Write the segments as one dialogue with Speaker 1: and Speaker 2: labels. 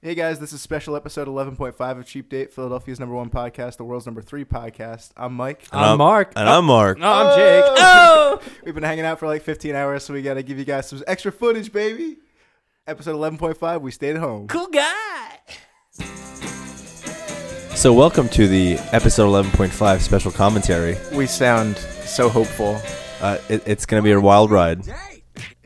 Speaker 1: Hey guys, this is special episode 11.5 of Cheap Date, Philadelphia's number one podcast, the world's number three podcast. I'm Mike.
Speaker 2: I'm Mark.
Speaker 3: And I'm Mark. Uh,
Speaker 2: No, Oh, I'm Jake.
Speaker 1: Oh! We've been hanging out for like 15 hours, so we got to give you guys some extra footage, baby. Episode 11.5, we stayed at home.
Speaker 2: Cool guy.
Speaker 3: So welcome to the episode 11.5 special commentary.
Speaker 1: We sound so hopeful.
Speaker 3: Uh, it, it's going to be a wild ride.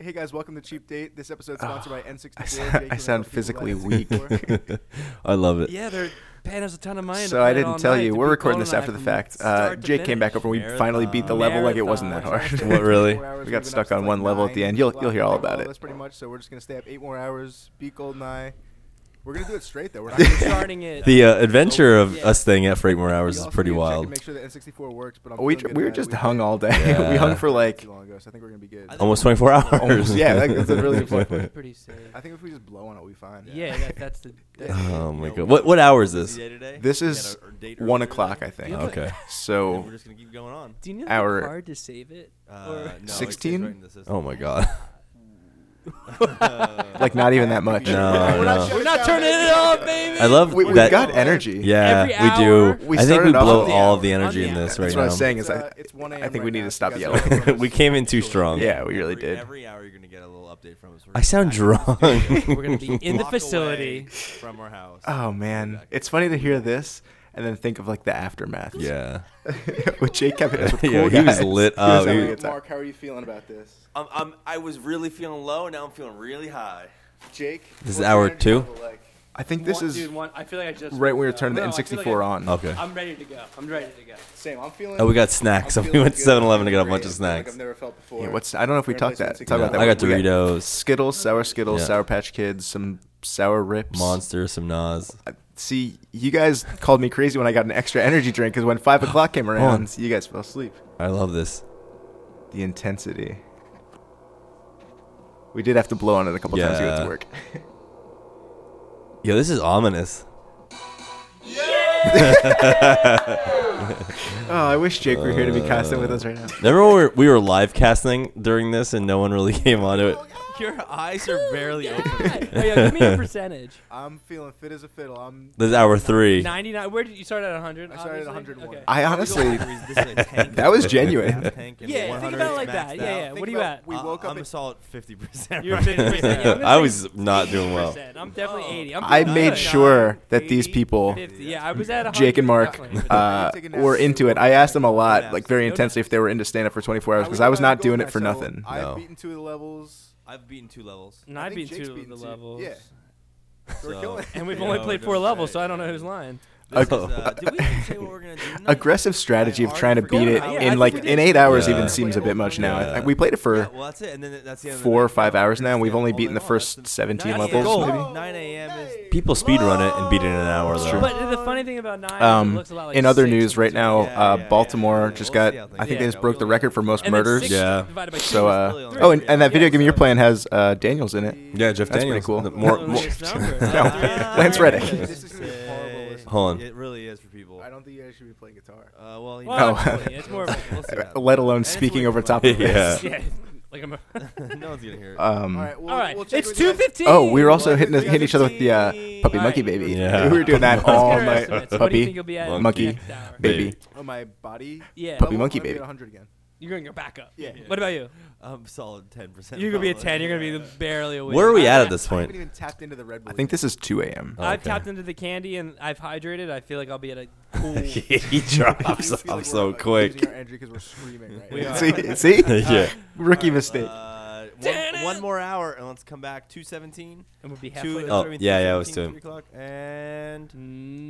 Speaker 1: Hey guys, welcome to Cheap Date. This episode's sponsored by N64.
Speaker 4: Ah, I
Speaker 1: Jake,
Speaker 4: sound-
Speaker 1: you wanna
Speaker 4: I sound
Speaker 1: tell people
Speaker 4: physically
Speaker 1: about
Speaker 4: weak.
Speaker 1: N64?
Speaker 3: I love it.
Speaker 2: Yeah, they're paying us a ton of money. to
Speaker 4: So
Speaker 2: play
Speaker 4: I
Speaker 2: it
Speaker 4: didn't
Speaker 2: all
Speaker 4: tell
Speaker 2: night
Speaker 4: you.
Speaker 2: to
Speaker 4: We're
Speaker 2: be
Speaker 4: recording
Speaker 2: Colin
Speaker 4: this
Speaker 2: and I
Speaker 4: after the
Speaker 2: from
Speaker 4: fact. Uh,
Speaker 2: start to
Speaker 4: Jake came
Speaker 2: finish.
Speaker 4: back over. and We finally beat the level like it wasn't that hard.
Speaker 2: Marathon.
Speaker 3: What, really?
Speaker 1: Hours,
Speaker 4: We got
Speaker 1: we've been
Speaker 4: stuck
Speaker 1: up since
Speaker 4: on one level at the
Speaker 1: nine
Speaker 4: end. You'll-
Speaker 1: o'clock.
Speaker 4: you'll hear all
Speaker 1: Well,
Speaker 4: about it.
Speaker 1: That's pretty much. So we're just gonna stay up eight more hours. Beat Goldeneye. We're gonna do it straight though. We're not gonna
Speaker 2: We're
Speaker 1: start.
Speaker 2: starting it.
Speaker 3: The uh, adventure of
Speaker 2: Yeah.
Speaker 3: us staying at Frankmore
Speaker 1: We
Speaker 3: Hours is
Speaker 1: also
Speaker 3: pretty
Speaker 1: need to check and
Speaker 3: wild.
Speaker 1: Make sure the N64 works. But I'm
Speaker 4: we
Speaker 1: feeling good
Speaker 4: we were
Speaker 1: about it.
Speaker 4: just
Speaker 1: We
Speaker 4: hung
Speaker 1: played
Speaker 4: all day. we
Speaker 3: Yeah.
Speaker 4: hung for
Speaker 1: too
Speaker 4: like.
Speaker 1: long ago, so I think we're gonna be good.
Speaker 2: I think-
Speaker 3: Almost 24 hours.
Speaker 4: Almost, Oh, yeah, that- that's a really good point.
Speaker 2: We're pretty safe.
Speaker 1: I think if we just blow on it, we fine.
Speaker 2: Yeah, that, that's the. That's the-
Speaker 3: Oh my god. What what hour is this?
Speaker 4: This is one o'clock, I think.
Speaker 2: Yeah.
Speaker 3: Okay.
Speaker 4: So
Speaker 5: We're just gonna keep going on.
Speaker 2: Do you know
Speaker 4: Our-
Speaker 2: how hard to save it?
Speaker 5: Uh, no,
Speaker 4: 16?
Speaker 3: Oh my god.
Speaker 4: like not even that much.
Speaker 3: No,
Speaker 1: We're not
Speaker 3: no.
Speaker 1: shutting
Speaker 2: We're not
Speaker 1: down
Speaker 2: turning it
Speaker 1: anything.
Speaker 2: off, baby.
Speaker 3: I love
Speaker 4: We, we've
Speaker 3: that.
Speaker 4: got energy.
Speaker 3: yeah,
Speaker 2: Every
Speaker 3: we
Speaker 2: hour.
Speaker 3: do.
Speaker 4: We
Speaker 3: I think we
Speaker 4: started off
Speaker 3: blow
Speaker 4: on the Oh,
Speaker 3: all
Speaker 2: hour.
Speaker 3: the energy
Speaker 2: On
Speaker 3: in
Speaker 2: the
Speaker 3: this
Speaker 2: hour.
Speaker 3: right
Speaker 4: That's what I was
Speaker 3: now.
Speaker 4: saying is
Speaker 1: It's, uh,
Speaker 4: I,
Speaker 1: it's 1
Speaker 4: I
Speaker 1: a.m.
Speaker 4: think we
Speaker 1: right
Speaker 4: need
Speaker 1: now,
Speaker 4: to
Speaker 1: so
Speaker 4: stop
Speaker 1: you guys
Speaker 4: yelling.
Speaker 1: are welcome.
Speaker 3: we came in too strong.
Speaker 4: Yeah, we really did.
Speaker 5: Every hour you're gonna get a little update from us. We're
Speaker 3: I sound drunk.
Speaker 2: We're gonna be in the
Speaker 5: walk away
Speaker 2: facility.
Speaker 5: from our house.
Speaker 4: Oh man, it's funny to hear this and then think of like the aftermath.
Speaker 3: yeah.
Speaker 4: with Jake Kevin. With cool
Speaker 3: Yeah, he was
Speaker 4: guys.
Speaker 3: lit
Speaker 4: He was
Speaker 3: up.
Speaker 4: having
Speaker 3: He-
Speaker 4: a good time.
Speaker 1: Mark, how are you feeling about this?
Speaker 5: I'm, I'm, I was really feeling low, now I'm feeling really high.
Speaker 1: Jake,
Speaker 3: This
Speaker 1: what's
Speaker 3: is
Speaker 1: your
Speaker 3: hour
Speaker 1: energy
Speaker 3: two?
Speaker 1: level like?
Speaker 4: I think this is
Speaker 2: I feel like I just
Speaker 4: right when we were turning the N64 on.
Speaker 3: Okay.
Speaker 2: I'm ready to go. I'm ready to go.
Speaker 1: Same. I'm feeling.
Speaker 3: Oh, we got snacks.
Speaker 1: I'm
Speaker 3: We
Speaker 1: feeling
Speaker 3: went to
Speaker 1: good. I'm
Speaker 3: 7-Eleven to get a
Speaker 1: feeling
Speaker 3: bunch of
Speaker 1: great. I feel like
Speaker 3: snacks.
Speaker 1: I've never felt before.
Speaker 4: Yeah, what's I don't know if we
Speaker 1: We're
Speaker 4: talked that.
Speaker 1: replacing
Speaker 4: Talk about that.
Speaker 3: I got
Speaker 4: We
Speaker 3: Doritos,
Speaker 4: Skittles, sour Skittles,
Speaker 3: Yeah.
Speaker 4: sour Patch Kids, some sour rips.
Speaker 3: Monster, some Nas.
Speaker 4: See, you guys called me crazy when I got an extra energy drink because when five o'clock came around,
Speaker 3: Mons.
Speaker 4: you guys fell asleep.
Speaker 3: I love this.
Speaker 4: The intensity. We did have to blow on it a couple times to get
Speaker 3: Yeah.
Speaker 4: to work.
Speaker 3: Yo, this is ominous.
Speaker 4: Oh, I wish Jake were here to be casting with us right now.
Speaker 3: Remember when we were, we were live casting during this and no one really came onto it?
Speaker 5: Your eyes are barely
Speaker 2: God. Oh, yeah, give me a percentage.
Speaker 1: I'm feeling fit as a fiddle. I'm.
Speaker 3: This is hour three.
Speaker 2: 99. Where did you start at 100?
Speaker 1: I started at
Speaker 2: obviously?
Speaker 1: 101.
Speaker 2: Okay.
Speaker 4: I honestly, that was genuine.
Speaker 2: Yeah, think about it like that. Yeah, yeah.
Speaker 1: Think
Speaker 2: What are you
Speaker 1: about-
Speaker 2: at?
Speaker 1: We woke up.
Speaker 5: Uh, I'm a
Speaker 1: at-
Speaker 5: solid 50%.
Speaker 2: You're
Speaker 5: right now.
Speaker 2: 50%. Yeah, I'm gonna
Speaker 3: I
Speaker 2: say
Speaker 3: was not doing well.
Speaker 2: 80%. I'm definitely
Speaker 1: Oh.
Speaker 2: 80. I'm
Speaker 4: I
Speaker 2: feeling
Speaker 4: made
Speaker 2: good.
Speaker 4: sure that these people,
Speaker 2: 50. Yeah, I was at 100.
Speaker 4: Jake and Mark,
Speaker 2: definitely, but-
Speaker 4: uh, were into it. I asked them a lot, like very
Speaker 2: No
Speaker 4: intensely, if they were into stand up for 24 hours because
Speaker 1: woke
Speaker 4: I was
Speaker 1: up
Speaker 4: not
Speaker 1: at
Speaker 4: doing
Speaker 1: Goldeneye,
Speaker 4: it for
Speaker 1: so
Speaker 4: nothing.
Speaker 1: I've
Speaker 3: No.
Speaker 1: beaten two of the levels.
Speaker 5: I've beaten two levels.
Speaker 2: and I've
Speaker 1: think
Speaker 2: been
Speaker 1: Jake's
Speaker 2: to
Speaker 1: beaten
Speaker 2: the
Speaker 1: two.
Speaker 2: levels.
Speaker 1: Yeah. We're
Speaker 5: So-
Speaker 1: killing it.
Speaker 2: And we've
Speaker 5: Yeah,
Speaker 2: only
Speaker 5: no,
Speaker 2: played
Speaker 5: no
Speaker 2: four
Speaker 5: shade.
Speaker 2: levels, so I don't know who's lying.
Speaker 5: This is,
Speaker 3: Oh.
Speaker 5: uh, did we even say what we're gonna do tonight?
Speaker 4: Aggressive strategy of
Speaker 5: I
Speaker 4: trying to
Speaker 5: already
Speaker 4: beat it
Speaker 5: forgot.
Speaker 2: Yeah, I
Speaker 4: in
Speaker 2: think
Speaker 4: like
Speaker 2: we
Speaker 4: in
Speaker 2: did.
Speaker 4: eight hours
Speaker 3: Yeah.
Speaker 4: even seems a bit much now. I-
Speaker 3: Yeah.
Speaker 4: We played it
Speaker 5: Yeah,
Speaker 4: for
Speaker 5: well, that's it. And then that's the end of the
Speaker 4: four or
Speaker 5: night.
Speaker 4: five hours now, and we've
Speaker 5: All
Speaker 4: only
Speaker 5: day
Speaker 4: beaten the
Speaker 5: long.
Speaker 4: first
Speaker 5: Oh, That's
Speaker 4: 17
Speaker 5: nine
Speaker 4: levels.
Speaker 5: a.m.
Speaker 4: maybe.
Speaker 5: is- 9 a.m. is
Speaker 3: People speedrun it and beat it in an hour,
Speaker 4: It's
Speaker 3: though.
Speaker 4: true.
Speaker 2: But the funny thing about nine is it
Speaker 4: Um,
Speaker 2: looks a lot like
Speaker 4: in other
Speaker 2: six
Speaker 4: news,
Speaker 2: when
Speaker 4: right
Speaker 2: it's
Speaker 4: now,
Speaker 5: Yeah,
Speaker 4: uh,
Speaker 5: yeah, yeah.
Speaker 4: Baltimore
Speaker 5: Yeah,
Speaker 4: just
Speaker 5: we'll see
Speaker 4: got.
Speaker 5: how things
Speaker 4: I think
Speaker 2: go.
Speaker 4: they just broke the record for most
Speaker 2: And then
Speaker 4: murders.
Speaker 2: six
Speaker 3: Yeah.
Speaker 2: divided by two
Speaker 4: So,
Speaker 2: is
Speaker 5: really
Speaker 4: uh,
Speaker 5: on
Speaker 4: oh, and,
Speaker 5: three.
Speaker 4: and that video
Speaker 2: Yeah,
Speaker 4: game you're
Speaker 2: so-
Speaker 4: playing has uh, Daniels in it.
Speaker 3: yeah, Jeff
Speaker 4: That's pretty
Speaker 3: Daniels.
Speaker 4: cool.
Speaker 3: The More,
Speaker 2: the
Speaker 3: more,
Speaker 2: lowest number.
Speaker 4: No,
Speaker 2: Ah,
Speaker 4: Lance
Speaker 2: there it
Speaker 4: Reddick.
Speaker 2: is.
Speaker 1: This is gonna be horrible.
Speaker 5: Say-
Speaker 1: listening.
Speaker 3: Hold on.
Speaker 5: It really is for people.
Speaker 1: I don't think you guys should be playing guitar.
Speaker 5: Uh, well, you
Speaker 2: Well,
Speaker 4: No.
Speaker 2: actually, it's more of a-
Speaker 5: We'll see how-
Speaker 4: Let alone
Speaker 5: And it's
Speaker 4: speaking
Speaker 5: way
Speaker 4: over
Speaker 5: too
Speaker 4: top
Speaker 5: loud.
Speaker 4: of it.
Speaker 3: Yeah.
Speaker 2: yeah, like I'm. A,
Speaker 5: no one's gonna hear it.
Speaker 4: Um,
Speaker 1: All right. Well,
Speaker 2: all right,
Speaker 1: We'll check
Speaker 2: it's
Speaker 1: with you
Speaker 2: two
Speaker 1: guys-
Speaker 2: fifteen.
Speaker 4: Oh, we were also
Speaker 5: Like
Speaker 4: hitting,
Speaker 5: the
Speaker 4: hitting each other with the uh,
Speaker 5: 15.
Speaker 4: puppy
Speaker 2: All
Speaker 4: monkey
Speaker 2: right.
Speaker 4: baby.
Speaker 3: Yeah.
Speaker 4: We were doing that
Speaker 2: Let's get
Speaker 4: all
Speaker 2: our
Speaker 4: night. uh,
Speaker 2: estimates. What do you think
Speaker 4: Puppy
Speaker 2: you'll be at in
Speaker 3: Monkey.
Speaker 2: the next hour?
Speaker 4: baby.
Speaker 1: Oh, my body.
Speaker 2: Yeah,
Speaker 4: Puppy
Speaker 1: level,
Speaker 4: monkey
Speaker 1: I'm gonna be
Speaker 4: baby.
Speaker 1: at 100 again.
Speaker 2: you're gonna go back up.
Speaker 1: Yeah.
Speaker 2: What about you?
Speaker 5: I'm Um, solid ten percent.
Speaker 2: You're gonna be a ten. You're gonna be barely awake.
Speaker 3: where are we at at
Speaker 2: I've-
Speaker 3: this
Speaker 1: I
Speaker 3: point?
Speaker 1: haven't even tapped into the Red Bull.
Speaker 4: I think this is 2 a.m.
Speaker 3: Oh,
Speaker 2: I've
Speaker 3: okay.
Speaker 2: tapped into the candy and I've hydrated. I feel like I'll be at a cool.
Speaker 3: he
Speaker 1: yet. I
Speaker 3: drops
Speaker 1: do feel
Speaker 3: off
Speaker 1: like
Speaker 3: so
Speaker 1: we're, like,
Speaker 3: quick.
Speaker 1: Losing our energy because we're screaming right
Speaker 2: We
Speaker 1: now.
Speaker 2: are.
Speaker 4: see, see?
Speaker 3: yeah.
Speaker 4: Rookie mistake.
Speaker 5: Uh,
Speaker 2: Damn it.
Speaker 5: one, one more hour and let's come back. Two seventeen.
Speaker 2: I'm gonna be halfway.
Speaker 5: Two.
Speaker 2: to
Speaker 3: Oh,
Speaker 5: three-
Speaker 3: yeah, yeah, I was
Speaker 5: 17,
Speaker 3: doing-
Speaker 5: three o'clock, And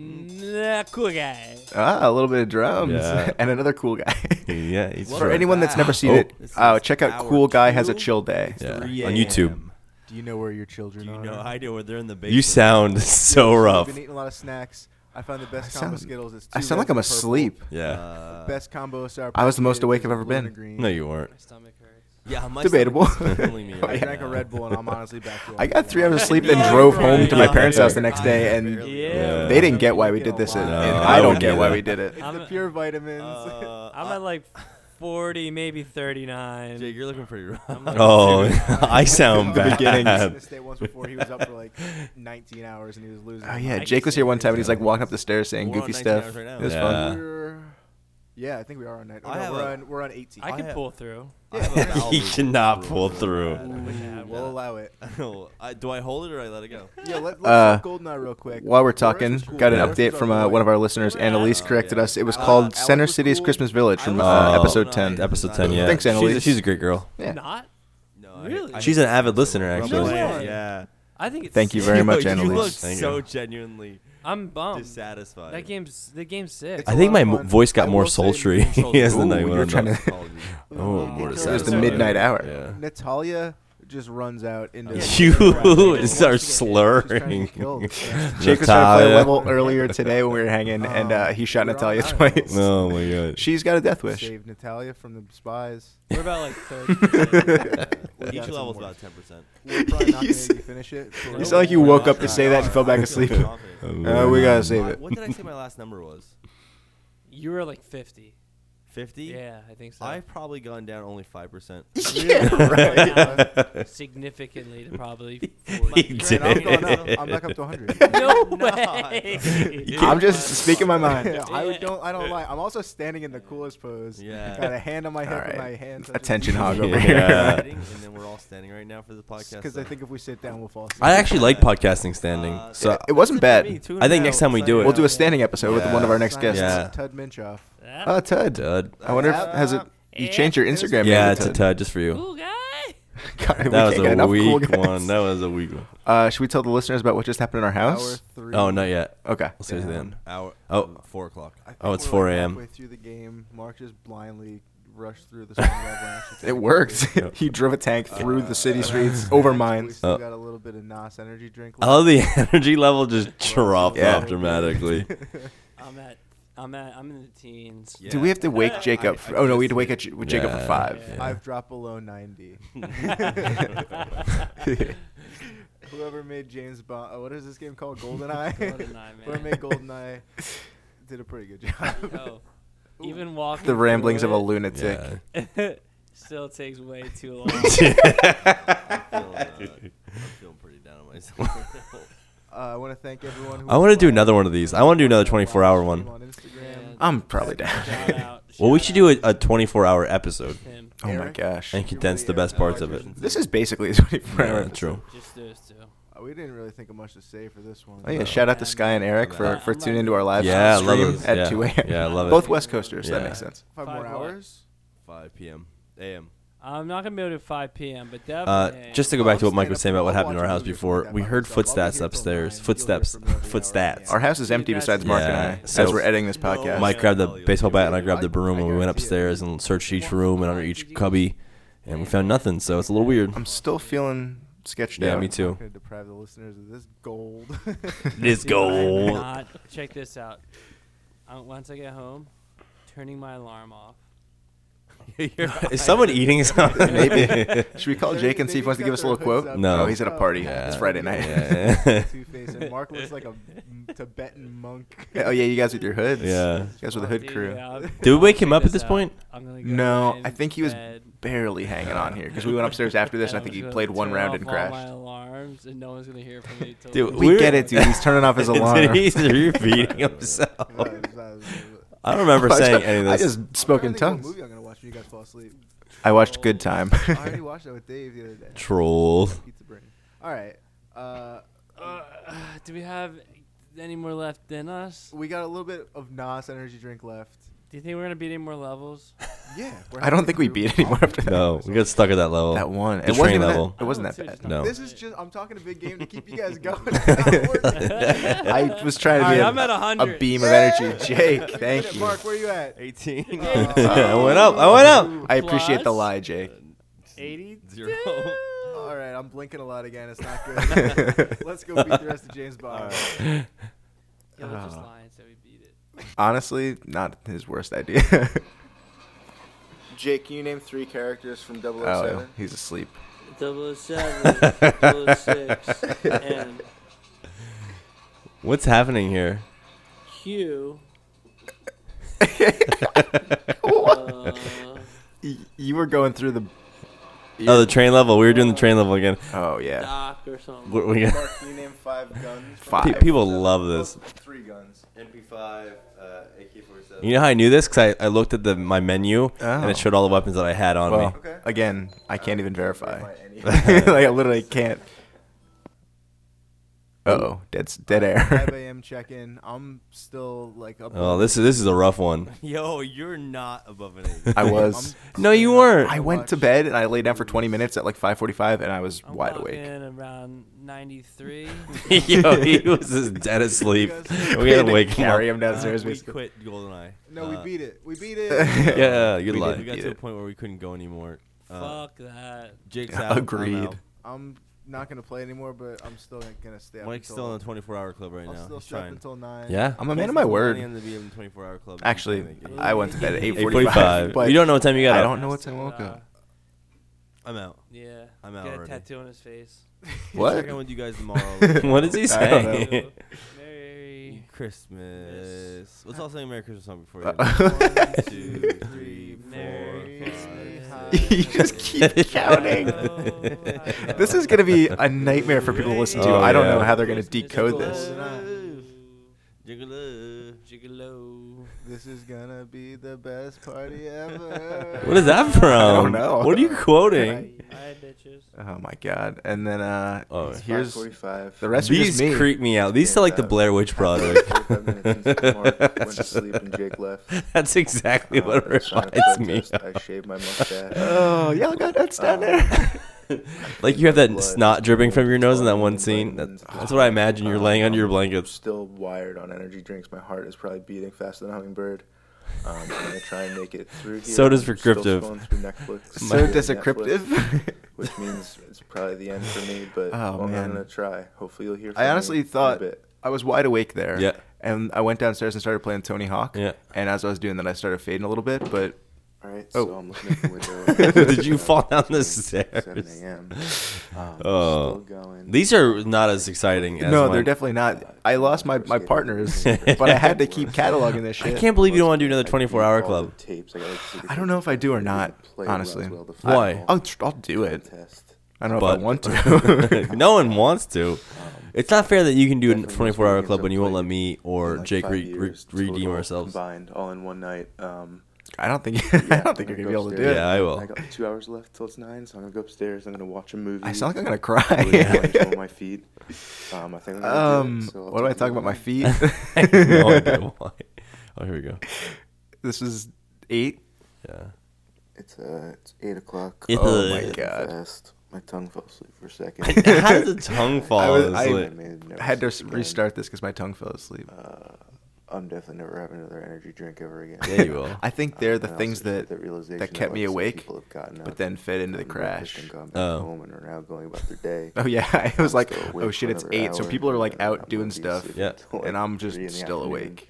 Speaker 2: Nah, cool guy.
Speaker 4: Ah, a little bit of drums
Speaker 3: Yeah.
Speaker 4: and another cool guy.
Speaker 3: Yeah, he's
Speaker 5: Well,
Speaker 4: For
Speaker 5: Sure.
Speaker 4: anyone that's never seen
Speaker 3: Oh.
Speaker 4: it,
Speaker 5: This
Speaker 4: uh,
Speaker 5: is
Speaker 4: check out
Speaker 5: hour
Speaker 4: Cool Guy Has a
Speaker 5: two.
Speaker 4: Chill Day.
Speaker 3: Yeah, on
Speaker 5: 3 a.m.
Speaker 3: YouTube.
Speaker 1: Do you know where your children
Speaker 5: Do you
Speaker 1: are?
Speaker 5: know? I do. Where they're in the basement.
Speaker 3: You sound so
Speaker 1: I've
Speaker 3: rough.
Speaker 1: been eating a lot of snacks. I found the best
Speaker 4: I
Speaker 1: combo
Speaker 4: sound-
Speaker 1: Skittles. It's
Speaker 4: I
Speaker 1: two
Speaker 4: sound
Speaker 1: red
Speaker 4: like I'm
Speaker 1: and purple.
Speaker 4: asleep.
Speaker 3: Yeah.
Speaker 5: Uh,
Speaker 1: Best combo is sour.
Speaker 4: I was the
Speaker 1: Punch
Speaker 4: most
Speaker 1: Kids,
Speaker 4: awake
Speaker 1: it's
Speaker 4: I've ever
Speaker 1: blue and
Speaker 4: been.
Speaker 1: green.
Speaker 3: No, you weren't.
Speaker 2: My stomach hurts.
Speaker 5: yeah, my
Speaker 4: Debatable.
Speaker 5: stomach is killing me
Speaker 4: Oh,
Speaker 1: I
Speaker 5: right
Speaker 4: yeah.
Speaker 1: drank a
Speaker 5: now.
Speaker 1: Red Bull and I'm honestly back to.
Speaker 4: I got three hours of sleep, then
Speaker 2: Yeah,
Speaker 4: drove home
Speaker 2: right.
Speaker 4: to my
Speaker 2: Yeah.
Speaker 4: parents' house the next day, and
Speaker 2: Yeah.
Speaker 4: they didn't get why we did this. and-
Speaker 3: No,
Speaker 4: and
Speaker 3: I
Speaker 4: I don't
Speaker 3: wouldn't
Speaker 4: get
Speaker 3: do
Speaker 4: why
Speaker 3: that.
Speaker 4: we did it.
Speaker 1: It's
Speaker 2: I'm
Speaker 1: the
Speaker 2: a-
Speaker 1: pure vitamins.
Speaker 5: Uh,
Speaker 2: I'm
Speaker 5: I-
Speaker 2: at like 40, maybe 39.
Speaker 3: Jake, you're looking pretty rough.
Speaker 2: I'm looking
Speaker 3: Oh,
Speaker 2: pretty
Speaker 3: I sound
Speaker 1: The
Speaker 4: beginnings.
Speaker 3: bad.
Speaker 1: This day once before he was up for like 19 hours and he was losing.
Speaker 4: Oh yeah,
Speaker 2: can
Speaker 4: Jake was
Speaker 2: say
Speaker 4: here one time and
Speaker 2: crazy
Speaker 4: he's like walking up the stairs saying
Speaker 5: We're on
Speaker 4: goofy
Speaker 5: 19
Speaker 4: stuff.
Speaker 5: hours right now.
Speaker 4: It was
Speaker 3: Yeah.
Speaker 4: fun.
Speaker 1: We're, yeah, I think we are on 19. Oh,
Speaker 5: I
Speaker 1: no,
Speaker 5: have
Speaker 1: we're
Speaker 5: a-
Speaker 1: on we're on 18.
Speaker 2: I
Speaker 5: I
Speaker 2: can
Speaker 5: have-
Speaker 2: pull through.
Speaker 5: I have a
Speaker 1: Yeah.
Speaker 5: bowel
Speaker 3: He
Speaker 5: movement
Speaker 3: cannot
Speaker 5: real
Speaker 3: pull
Speaker 5: bad.
Speaker 3: through.
Speaker 5: I wish I had
Speaker 1: We'll
Speaker 5: that.
Speaker 1: allow it.
Speaker 5: I know. I- do I hold it or I let it go?
Speaker 1: Yeah, let, let's
Speaker 4: Uh,
Speaker 1: talk Goldeneye real quick.
Speaker 4: While we're
Speaker 1: The rest
Speaker 4: talking,
Speaker 1: was cool.
Speaker 4: got an
Speaker 1: The rest
Speaker 4: update
Speaker 1: was
Speaker 4: from uh,
Speaker 1: alright.
Speaker 4: one of our listeners, Annalise,
Speaker 5: Oh,
Speaker 4: corrected
Speaker 5: yeah.
Speaker 4: us. It was
Speaker 5: Uh,
Speaker 4: called
Speaker 5: Alex
Speaker 4: Center
Speaker 5: was
Speaker 4: City's
Speaker 5: cool.
Speaker 4: Christmas Village from uh,
Speaker 5: Alex was
Speaker 4: episode
Speaker 5: cool.
Speaker 4: 10.
Speaker 3: Episode 10, yeah.
Speaker 4: Thanks,
Speaker 3: she's a,
Speaker 4: Annalise.
Speaker 3: she's a great girl.
Speaker 4: Yeah.
Speaker 2: Not?
Speaker 5: No, I-
Speaker 2: Really?
Speaker 5: I-
Speaker 3: She's an avid listener,
Speaker 2: No
Speaker 3: actually.
Speaker 2: way.
Speaker 5: Yeah.
Speaker 2: I think it's
Speaker 4: Thank you
Speaker 2: sick.
Speaker 4: very much,
Speaker 5: Yo, You
Speaker 4: Annalise.
Speaker 5: look
Speaker 3: Thank
Speaker 5: so
Speaker 3: you.
Speaker 5: genuinely
Speaker 2: I'm bummed.
Speaker 5: dissatisfied.
Speaker 2: That game's the game's sick.
Speaker 1: It's
Speaker 3: I
Speaker 1: a
Speaker 3: think
Speaker 1: lot
Speaker 3: my
Speaker 1: of
Speaker 3: mo-
Speaker 1: fun.
Speaker 3: voice got
Speaker 1: I
Speaker 3: more
Speaker 1: will say-
Speaker 3: sultry as the
Speaker 5: Ooh,
Speaker 3: night
Speaker 4: you were
Speaker 3: went
Speaker 4: trying
Speaker 3: on.
Speaker 4: to-
Speaker 3: Oh, more
Speaker 1: It was
Speaker 4: It was the
Speaker 3: dissatisfied.
Speaker 4: midnight hour.
Speaker 3: Yeah.
Speaker 1: Natalia just runs out into
Speaker 2: Yeah,
Speaker 1: She's
Speaker 3: You start
Speaker 1: trying to
Speaker 3: slurring.
Speaker 1: get killed.
Speaker 4: Jake was trying to play a
Speaker 3: Natalia.
Speaker 4: level earlier today when we were hanging, and uh, he shot
Speaker 1: We're on
Speaker 4: Natalia
Speaker 1: nine.
Speaker 4: twice.
Speaker 3: Oh my god.
Speaker 4: She's got a death wish.
Speaker 1: Save Natalia from the spies.
Speaker 2: We're about like 30.
Speaker 1: We
Speaker 5: Each
Speaker 1: got some
Speaker 5: level's
Speaker 1: more.
Speaker 5: about 10%.
Speaker 1: We're probably not
Speaker 4: You
Speaker 1: gonna
Speaker 4: s-
Speaker 1: finish it. but
Speaker 4: You
Speaker 1: we're-
Speaker 4: sound like you
Speaker 1: we're
Speaker 4: woke
Speaker 1: not
Speaker 4: up to say that and fell back asleep.
Speaker 5: Confident.
Speaker 4: Uh, we gotta save
Speaker 5: My-
Speaker 4: it.
Speaker 5: What did I say my last number was?
Speaker 2: you were like 50.
Speaker 5: 50?
Speaker 2: Yeah, I think so.
Speaker 5: I've probably gone down only 5%.
Speaker 2: right. Significantly to probably 40.
Speaker 3: He
Speaker 1: Granted, I'm,
Speaker 3: did.
Speaker 1: going up, I'm back up to 100.
Speaker 2: No
Speaker 5: not.
Speaker 2: way.
Speaker 4: I'm just speaking my mind.
Speaker 1: Yeah, I would- don't. I don't lie. I'm also standing in the coolest pose.
Speaker 5: Yeah.
Speaker 1: Got a hand on my hip
Speaker 4: All right.
Speaker 1: and my hands.
Speaker 4: Attention hog over
Speaker 3: Yeah.
Speaker 4: here.
Speaker 5: Sitting, and then we're all standing right now for the podcast.
Speaker 1: Because I think if we sit down, we'll fall asleep.
Speaker 3: I actually like podcasting standing.
Speaker 5: Uh,
Speaker 3: So
Speaker 4: It wasn't bad.
Speaker 3: I think next time we do it-
Speaker 4: We'll do a standing episode with
Speaker 3: Yeah.
Speaker 4: one of our next
Speaker 1: Sign
Speaker 4: guests.
Speaker 3: Yeah.
Speaker 1: up, Tud Minchoff.
Speaker 2: Ah.
Speaker 4: Oh, Tud.
Speaker 3: Dud.
Speaker 4: I wonder if has it. You changed your Instagram
Speaker 3: Yeah,
Speaker 4: name
Speaker 3: to
Speaker 4: to
Speaker 3: Tud, just for you.
Speaker 2: Cool guy.
Speaker 4: God, we
Speaker 3: That
Speaker 4: can't
Speaker 3: was
Speaker 4: get
Speaker 3: a
Speaker 4: enough cool
Speaker 3: weak
Speaker 4: guys.
Speaker 3: one. That was a weak one.
Speaker 4: Uh, should we tell the listeners about what just happened in our
Speaker 1: Hour
Speaker 4: house?
Speaker 1: three.
Speaker 3: Oh, not yet.
Speaker 4: Okay.
Speaker 3: We'll save it then.
Speaker 5: Hour,
Speaker 3: Oh.
Speaker 5: oh, 4 o'clock.
Speaker 1: I think
Speaker 3: Oh, it's
Speaker 1: we're, like,
Speaker 3: 4 a.m..
Speaker 1: Halfway through the game, Mark just blindly rushed through the. starting lineup and actually
Speaker 4: It worked.
Speaker 3: Yep.
Speaker 4: he drove a tank through the city
Speaker 1: Uh,
Speaker 4: streets
Speaker 1: uh,
Speaker 4: over
Speaker 1: we
Speaker 4: mine.
Speaker 1: still
Speaker 3: Oh.
Speaker 1: got a little bit of Nas energy drink.
Speaker 3: I love the energy level just dropped
Speaker 4: Yeah.
Speaker 3: off dramatically.
Speaker 2: I'm at I'm at I'm in the teens.
Speaker 5: Yeah.
Speaker 4: Do we have to wake Jake up?
Speaker 5: I- I
Speaker 4: oh no, we
Speaker 5: just
Speaker 4: had to wake
Speaker 5: did.
Speaker 4: up, J- Jake up
Speaker 3: Yeah.
Speaker 4: at five.
Speaker 2: Yeah.
Speaker 1: I've dropped below 90. Whoever made James Bond, oh, what is this game called? Goldeneye.
Speaker 2: Goldeneye,
Speaker 1: Whoever
Speaker 2: man.
Speaker 1: made Goldeneye did a pretty good job.
Speaker 2: Yo, even walking
Speaker 4: The ramblings of
Speaker 2: through
Speaker 4: a
Speaker 2: it
Speaker 4: lunatic.
Speaker 2: still takes way too long.
Speaker 5: I'm feeling, uh, I'm feeling pretty down on myself.
Speaker 1: Uh, I want to thank everyone. Who
Speaker 3: I want to do another one of these. I want to do another 24 hour
Speaker 1: one.
Speaker 3: one.
Speaker 1: On Instagram.
Speaker 4: I'm probably down.
Speaker 2: Shout out,
Speaker 3: Well, we
Speaker 2: shout
Speaker 3: should do
Speaker 2: out
Speaker 3: a, a 24 hour episode
Speaker 2: to him.
Speaker 4: Oh my
Speaker 1: Eric?
Speaker 4: gosh.
Speaker 3: and condense the best parts of it.
Speaker 4: This is basically a 24 hour.
Speaker 3: Yeah, true.
Speaker 2: Just those two.
Speaker 1: Uh, we didn't really think of much to say for this one.
Speaker 4: Oh yeah, shout out to Sky and Eric for, for tuning into our live
Speaker 3: Yeah, I love
Speaker 4: stream
Speaker 3: it.
Speaker 4: at
Speaker 3: Yeah.
Speaker 4: 2 a.m.
Speaker 3: Yeah, I love it.
Speaker 4: Both West Coasters, so that
Speaker 3: Yeah.
Speaker 4: makes sense.
Speaker 1: Five,
Speaker 2: Five
Speaker 1: more
Speaker 2: what?
Speaker 1: hours.
Speaker 5: 5 p.m. a.m.
Speaker 2: I'm not gonna be able to 5 p.m., but
Speaker 3: Uh,
Speaker 2: definitely.
Speaker 3: just to go back to what Mike was saying about what happened in our house before, we heard footsteps upstairs. Footsteps. Footstats.
Speaker 4: Our house is empty besides Mark and I
Speaker 3: Yeah, so-
Speaker 4: as we're editing this podcast.
Speaker 3: Mike grabbed the baseball bat and Oh, I grabbed the broom and we went upstairs and searched each room and under each cubby and we found nothing. So it's a little weird.
Speaker 4: I'm still feeling sketched
Speaker 3: Yeah,
Speaker 4: out.
Speaker 3: me too.
Speaker 1: Going to deprive the listeners of this gold.
Speaker 3: This
Speaker 2: Dude, I am
Speaker 3: gold.
Speaker 2: not- check this out. Um, once I get home, turning my alarm off.
Speaker 3: Is someone eating something?
Speaker 4: Maybe. Should we call
Speaker 1: They-
Speaker 4: Jake and
Speaker 1: they
Speaker 4: see if he wants
Speaker 1: just
Speaker 4: to give us a
Speaker 1: got
Speaker 4: little
Speaker 1: their hoods
Speaker 4: quote?
Speaker 1: up.
Speaker 3: No.
Speaker 4: Oh, he's at a party.
Speaker 3: Yeah.
Speaker 4: It's Friday night.
Speaker 3: Yeah.
Speaker 1: Two face and Mark looks like a m- Tibetan monk.
Speaker 4: oh yeah, you guys with your hoods.
Speaker 3: Yeah.
Speaker 4: You guys with the hood
Speaker 2: Dude,
Speaker 4: crew.
Speaker 2: yeah, I'm-
Speaker 3: Did we wake
Speaker 2: check
Speaker 3: him up at this
Speaker 2: out.
Speaker 3: point?
Speaker 2: I'm gonna go
Speaker 4: No,
Speaker 2: in
Speaker 4: I think he was
Speaker 2: bed,
Speaker 4: barely hanging on here because we went upstairs after this, and I
Speaker 2: I'm
Speaker 4: think he
Speaker 2: gonna
Speaker 4: played one
Speaker 2: turn
Speaker 4: round
Speaker 2: off
Speaker 4: and
Speaker 2: all My
Speaker 4: crashed.
Speaker 2: alarms, and no one's gonna hear from me. till-
Speaker 3: Dude,
Speaker 4: We
Speaker 3: We're-
Speaker 4: get it, dude. He's turning off his alarm.
Speaker 3: He's repeating himself. I don't remember
Speaker 4: I
Speaker 3: saying
Speaker 4: just-
Speaker 3: any of this.
Speaker 4: I just spoke
Speaker 1: Trying
Speaker 4: in
Speaker 1: to think of a
Speaker 4: tongues.
Speaker 1: movie I'm gonna watch when you guys fall asleep.
Speaker 4: I watched Good Time.
Speaker 1: I already watched that with Dave the other day.
Speaker 3: Troll.
Speaker 1: Pizza brain. All right. Uh,
Speaker 2: Uh, do we have any more left in us?
Speaker 1: we got a little bit of Nas energy drink left.
Speaker 2: Do you think we're gonna beat any more levels?
Speaker 1: Yeah. we're
Speaker 4: I don't think we
Speaker 1: halfway
Speaker 4: beat
Speaker 1: through.
Speaker 4: anymore after that.
Speaker 3: No, we got stuck at that level.
Speaker 4: That one.
Speaker 3: The
Speaker 4: It wasn't
Speaker 3: train
Speaker 4: even
Speaker 3: level.
Speaker 4: That, it wasn't
Speaker 2: I
Speaker 4: that
Speaker 2: don't know,
Speaker 1: This
Speaker 2: it's just not
Speaker 3: No.
Speaker 4: bad.
Speaker 1: is
Speaker 2: great.
Speaker 1: just. I'm talking a big game to keep you guys going. It's not working.
Speaker 4: I was trying to
Speaker 2: All
Speaker 4: be
Speaker 2: right,
Speaker 4: a-
Speaker 2: I'm at
Speaker 4: a
Speaker 2: 100.
Speaker 4: beam of energy. Jake,
Speaker 1: You did
Speaker 4: thank
Speaker 1: it,
Speaker 4: you.
Speaker 1: Mark, where you at?
Speaker 5: 18.
Speaker 3: I
Speaker 4: Oh.
Speaker 3: went up. I went up.
Speaker 4: I appreciate the
Speaker 2: Plus-
Speaker 4: lie, Jake.
Speaker 2: 80
Speaker 5: Zero.
Speaker 1: All right, I'm blinking a lot again. It's not good. Let's go beat the rest of James Bond.
Speaker 2: Yeah, we're just
Speaker 6: Ah.
Speaker 4: Uh.
Speaker 2: lying, so we beat it.
Speaker 4: Honestly, not his worst idea.
Speaker 1: Jake, can you name three characters from 007?
Speaker 4: oh, he's asleep.
Speaker 2: 007, 006, and
Speaker 3: What's happening here?
Speaker 2: Q.
Speaker 1: y- you were going through the.
Speaker 3: Oh, the train level. We were doing the train level again.
Speaker 1: Oh yeah.
Speaker 2: Doc or something.
Speaker 3: We- we-
Speaker 7: you name five guns?
Speaker 3: pe-
Speaker 1: Five.
Speaker 3: people love this.
Speaker 7: Three guns.
Speaker 6: MP5, uh, AK-47.
Speaker 3: You know how I knew this? Because I, I looked at the my menu and
Speaker 1: Oh.
Speaker 3: it showed all the weapons that I had on
Speaker 1: Well,
Speaker 3: me.
Speaker 1: again, I can't even verify. like
Speaker 7: any.
Speaker 1: I literally can't. Uh oh, dead s- dead
Speaker 7: Five
Speaker 1: air.
Speaker 7: a.m. check in. I'm still like up.
Speaker 3: Oh, this is this is a rough one.
Speaker 6: Yo, you're not above an eight.
Speaker 1: I was.
Speaker 3: No, you weren't.
Speaker 1: I went to bed and I lay down for 20 minutes at like 5:45 and I was
Speaker 2: I'm
Speaker 1: wide
Speaker 2: walking
Speaker 1: awake.
Speaker 2: around 93.
Speaker 3: Yo, he was just dead asleep. We had to wake him up.
Speaker 1: Carry him downstairs.
Speaker 6: Uh, we
Speaker 1: basically.
Speaker 6: quit GoldenEye.
Speaker 7: no,
Speaker 6: Uh,
Speaker 7: we beat it. We beat it.
Speaker 3: Yeah, Yeah, good
Speaker 6: we
Speaker 3: lie.
Speaker 6: did- We got
Speaker 1: Beat
Speaker 6: to a
Speaker 1: it.
Speaker 6: point where we couldn't go anymore. Uh,
Speaker 2: Fuck that.
Speaker 6: Jake's out. I'm
Speaker 1: Agreed.
Speaker 6: out.
Speaker 7: I'm not gonna play anymore, but I'm still gonna stay. up
Speaker 6: Mike's
Speaker 7: until,
Speaker 6: still in the 24-hour club right
Speaker 7: I'll
Speaker 6: now.
Speaker 7: still
Speaker 6: He's
Speaker 7: stay up
Speaker 6: trying.
Speaker 7: until nine.
Speaker 3: Yeah.
Speaker 1: I'm a man of my word. Actually, I went to bed at 8:45.
Speaker 3: 845.
Speaker 1: But
Speaker 3: you don't know what time you got
Speaker 1: I
Speaker 3: up.
Speaker 1: don't know what time I woke
Speaker 2: Uh,
Speaker 1: up.
Speaker 6: I'm out.
Speaker 2: Yeah.
Speaker 6: I'm out
Speaker 2: Get
Speaker 6: already.
Speaker 2: a tattoo on his face.
Speaker 1: What?
Speaker 6: Checking with you guys tomorrow.
Speaker 3: What is he
Speaker 1: I don't know.
Speaker 3: saying?
Speaker 2: Merry.
Speaker 6: Christmas. Let's all sing a Merry Christmas song before you.
Speaker 1: Uh,
Speaker 2: One,
Speaker 6: two, three,
Speaker 2: Merry
Speaker 6: four, five,
Speaker 2: Christmas.
Speaker 6: six.
Speaker 1: you just keep counting. This is gonna be a nightmare for people to listen to.
Speaker 3: Oh,
Speaker 1: I don't know
Speaker 3: yeah.
Speaker 1: how they're gonna
Speaker 2: Christmas
Speaker 1: decode this.
Speaker 7: this.
Speaker 6: Jiggle.
Speaker 2: Gigolo.
Speaker 7: This is gonna be the best party ever.
Speaker 3: What is that from?
Speaker 1: I don't know.
Speaker 3: What are you quoting?
Speaker 2: Hi, bitches.
Speaker 1: Oh my god! And then uh,
Speaker 3: Oh.
Speaker 1: here's
Speaker 4: forty-five.
Speaker 1: the rest
Speaker 3: These
Speaker 1: are just me.
Speaker 3: creep me out. These sound like the Blair Witch Project.
Speaker 4: Forty-five minutes into Mark went to sleep and Jake left.
Speaker 3: That's exactly
Speaker 4: Uh,
Speaker 3: what it
Speaker 4: as a sign of
Speaker 3: reminds me.
Speaker 4: protest, I shaved my mustache.
Speaker 1: oh, y'all got nuts down there.
Speaker 4: Uh,
Speaker 3: of. Like you have that snot dripping from your nose in that one scene. That's, that's what I imagine. You're laying under your
Speaker 4: Um,
Speaker 3: blankets.
Speaker 4: Still wired on energy drinks. My heart is probably beating faster than a hummingbird. Um, I'm gonna try and make it through. Here.
Speaker 3: So does
Speaker 4: I'm still
Speaker 3: Recryptive.
Speaker 4: scrolling through Netflix,
Speaker 1: so
Speaker 4: Netflix,
Speaker 1: descriptive.
Speaker 4: which means it's probably the end for me. But
Speaker 1: Oh,
Speaker 4: well,
Speaker 1: man.
Speaker 4: I'm gonna try. Hopefully you'll hear. From
Speaker 1: I honestly
Speaker 4: me
Speaker 1: thought
Speaker 4: in a bit.
Speaker 1: I was wide awake there.
Speaker 3: Yeah.
Speaker 1: And I went downstairs and started playing Tony Hawk.
Speaker 3: Yeah.
Speaker 1: And as I was doing that, I started fading a little bit, but
Speaker 4: All right,
Speaker 1: Oh.
Speaker 4: so I'm looking at the window.
Speaker 3: Did you fall down the
Speaker 4: Seven
Speaker 3: stairs?
Speaker 4: a.m. Um,
Speaker 3: Oh.
Speaker 4: still going.
Speaker 3: These are not as exciting as
Speaker 1: no,
Speaker 3: mine.
Speaker 1: they're definitely not. I lost my, my partners, but I had to keep cataloging this
Speaker 3: I
Speaker 1: shit.
Speaker 3: can't believe you don't want to do another
Speaker 4: I
Speaker 3: 24 hour
Speaker 4: beat all the
Speaker 3: club.
Speaker 4: Tapes. I, got, like, secret
Speaker 1: I don't know if I do or
Speaker 4: tapes.
Speaker 1: not,
Speaker 4: Play
Speaker 1: honestly.
Speaker 4: Roswell, the
Speaker 3: Why?
Speaker 4: final
Speaker 1: I'll, tr- I'll do it.
Speaker 4: contest.
Speaker 1: I don't know
Speaker 3: But
Speaker 1: if I want to.
Speaker 3: no one wants to. It's not fair that you can do a
Speaker 4: Um, definitely
Speaker 3: 24 hour
Speaker 4: games
Speaker 3: club
Speaker 4: I've
Speaker 3: and you won't
Speaker 4: played
Speaker 3: let me or
Speaker 4: Like
Speaker 3: Jake
Speaker 4: five
Speaker 3: re- re-
Speaker 4: years
Speaker 3: redeem
Speaker 4: total
Speaker 3: ourselves.
Speaker 4: combined all in one night. Um,
Speaker 1: I don't think I
Speaker 4: yeah,
Speaker 1: don't think you're
Speaker 4: I'm
Speaker 1: gonna be able to do
Speaker 4: upstairs.
Speaker 1: it.
Speaker 3: Yeah, I will.
Speaker 4: I got two hours left till it's nine, so I'm gonna go upstairs. I'm gonna watch a movie.
Speaker 1: I sound like I'm gonna
Speaker 4: I'm gonna
Speaker 1: cry.
Speaker 4: clench one of my feet. Um, I think I'm gonna do
Speaker 1: um,
Speaker 4: it, so I'll
Speaker 1: what do I
Speaker 4: take
Speaker 1: talk
Speaker 4: you
Speaker 1: about?
Speaker 4: on.
Speaker 1: My feet.
Speaker 3: I have no idea why. Oh, here we go.
Speaker 1: this is eight.
Speaker 3: Yeah.
Speaker 4: It's uh, it's eight o'clock.
Speaker 3: It's,
Speaker 1: Oh my
Speaker 3: uh,
Speaker 1: god.
Speaker 4: Fast. My tongue fell asleep for a second.
Speaker 3: How does the tongue fall?
Speaker 1: I was-
Speaker 3: It's
Speaker 1: I-
Speaker 3: like-
Speaker 1: I had to s- restart this because my tongue fell asleep.
Speaker 4: Uh, I'm definitely never having another energy drink ever again.
Speaker 3: yeah, you will.
Speaker 1: I think they're the
Speaker 4: And I
Speaker 1: things
Speaker 4: also hit
Speaker 1: that
Speaker 4: the realization
Speaker 1: that kept me
Speaker 4: like, some
Speaker 1: awake,
Speaker 4: people have gotten
Speaker 1: but
Speaker 4: up,
Speaker 1: then fed into the
Speaker 4: gotten breakfast
Speaker 1: crash.
Speaker 4: And gone back
Speaker 3: Oh.
Speaker 4: home and are now going about their day.
Speaker 1: Oh yeah, it was
Speaker 4: I'm
Speaker 1: like,
Speaker 4: still awake
Speaker 1: oh
Speaker 4: for
Speaker 1: shit, it's
Speaker 4: another
Speaker 1: eight, so
Speaker 4: hour,
Speaker 1: people are like
Speaker 4: and I'm
Speaker 1: out
Speaker 4: gonna
Speaker 1: doing
Speaker 4: be
Speaker 1: stuff,
Speaker 4: asleep
Speaker 3: Yeah.
Speaker 4: until, like,
Speaker 1: and I'm just
Speaker 4: three in the
Speaker 1: still
Speaker 4: afternoon,
Speaker 1: awake.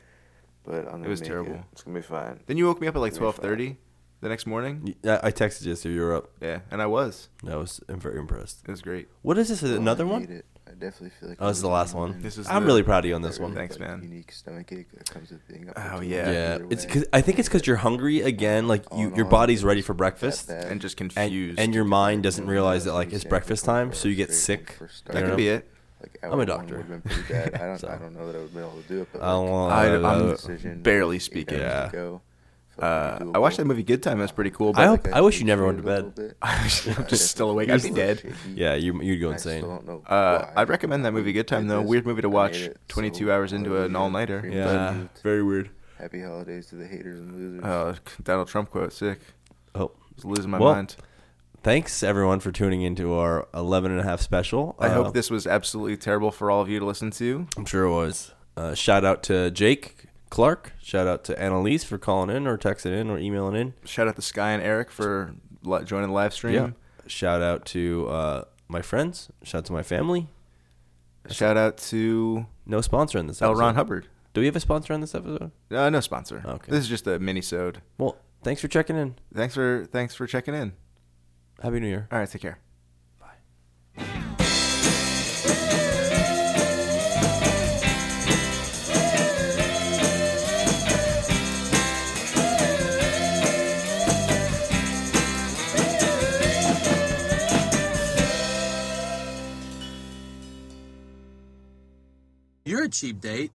Speaker 4: But I'm gonna
Speaker 1: was
Speaker 4: make
Speaker 1: terrible.
Speaker 4: It's gonna be fine.
Speaker 1: Then you woke me up at like
Speaker 4: Give me a
Speaker 1: twelve
Speaker 4: five.
Speaker 1: thirty, the next morning.
Speaker 3: I I texted you, so you were up.
Speaker 1: Yeah, and I was.
Speaker 3: I was I'm very impressed.
Speaker 1: It was great.
Speaker 3: What is this?
Speaker 4: Oh, I
Speaker 3: Another
Speaker 4: hate
Speaker 3: one?
Speaker 4: it. I definitely feel like
Speaker 3: Oh, this is the last one.
Speaker 1: This is
Speaker 3: I'm
Speaker 1: the-
Speaker 3: really proud of you on this one.
Speaker 1: Thanks, man.
Speaker 4: Unique stomach ache that comes with being up.
Speaker 1: Oh,
Speaker 4: until
Speaker 1: yeah.
Speaker 4: late
Speaker 3: Yeah,
Speaker 4: either
Speaker 3: it's.
Speaker 4: way.
Speaker 3: Cause, I think it's because you're hungry again. Like
Speaker 4: All
Speaker 3: you,
Speaker 4: in
Speaker 3: your
Speaker 4: all,
Speaker 3: body's ready
Speaker 4: it's
Speaker 3: for
Speaker 4: not that
Speaker 3: breakfast,
Speaker 4: bad.
Speaker 1: And just confused.
Speaker 3: and, and your mind doesn't
Speaker 4: Yeah,
Speaker 3: realize that
Speaker 4: that's
Speaker 3: like
Speaker 4: what
Speaker 3: it's
Speaker 4: I'm saying,
Speaker 3: breakfast
Speaker 4: like,
Speaker 3: time,
Speaker 4: we're
Speaker 3: so you get
Speaker 4: straight
Speaker 3: sick.
Speaker 4: when we first
Speaker 3: you
Speaker 1: That
Speaker 4: started.
Speaker 3: know?
Speaker 1: could be it.
Speaker 4: Like,
Speaker 3: I'm
Speaker 4: hour
Speaker 3: a
Speaker 4: one
Speaker 3: doctor.
Speaker 4: would've been pretty bad. I don't,
Speaker 3: So.
Speaker 4: I don't know that I would have been able to do it. But
Speaker 3: I don't
Speaker 4: like,
Speaker 3: wanna-
Speaker 4: eight
Speaker 3: I-
Speaker 4: hours
Speaker 3: I'm
Speaker 4: of decision,
Speaker 1: barely
Speaker 4: eight
Speaker 1: speaking.
Speaker 4: hours to
Speaker 3: Yeah.
Speaker 4: go, felt
Speaker 1: Uh,
Speaker 4: pretty
Speaker 1: I watched
Speaker 4: doable.
Speaker 1: that movie Good Time. That's pretty cool. But
Speaker 3: I
Speaker 1: I
Speaker 3: hope-
Speaker 4: Like,
Speaker 3: wish you
Speaker 4: feel
Speaker 3: never went
Speaker 4: a
Speaker 3: to bed.
Speaker 4: little bit.
Speaker 1: am
Speaker 4: Definitely
Speaker 1: just still awake. I'd be
Speaker 4: feel
Speaker 1: dead.
Speaker 4: shaky.
Speaker 3: Yeah, you you'd go
Speaker 4: I still
Speaker 3: insane.
Speaker 4: don't know
Speaker 1: Uh,
Speaker 4: why.
Speaker 1: I'd recommend that movie Good Time
Speaker 4: Did
Speaker 1: though.
Speaker 4: this.
Speaker 1: Weird movie to
Speaker 4: I made
Speaker 1: watch.
Speaker 4: it, so
Speaker 1: 22 hours into
Speaker 4: hallelujah.
Speaker 1: an all-nighter.
Speaker 4: Dream
Speaker 3: Yeah,
Speaker 4: button.
Speaker 3: very weird.
Speaker 4: Happy holidays to the haters and losers.
Speaker 1: Oh, Donald Trump quote. Sick.
Speaker 3: Oh,
Speaker 1: I was losing my
Speaker 3: Well,
Speaker 1: mind.
Speaker 3: thanks everyone for tuning into our 11 and a half special.
Speaker 1: I
Speaker 3: Uh,
Speaker 1: hope this was absolutely terrible for all of you to listen to.
Speaker 3: I'm sure it was. Uh, shout out to Jake Clark. Shout out to Annalise for calling in or texting in or emailing in.
Speaker 1: Shout out to Sky and Eric for li- joining the live stream.
Speaker 3: Shout out to uh, my friends. Shout out to my family.
Speaker 1: Shout out to
Speaker 3: No sponsor in this
Speaker 1: L.
Speaker 3: episode.
Speaker 1: Ron Hubbard.
Speaker 3: Do we have a sponsor on this episode?
Speaker 1: Uh, no sponsor.
Speaker 3: Okay.
Speaker 1: This is just a mini-sode.
Speaker 3: Well, thanks for checking in.
Speaker 1: Thanks for thanks for checking in.
Speaker 3: Happy New Year.
Speaker 1: All right, take care.
Speaker 8: You're a cheap date.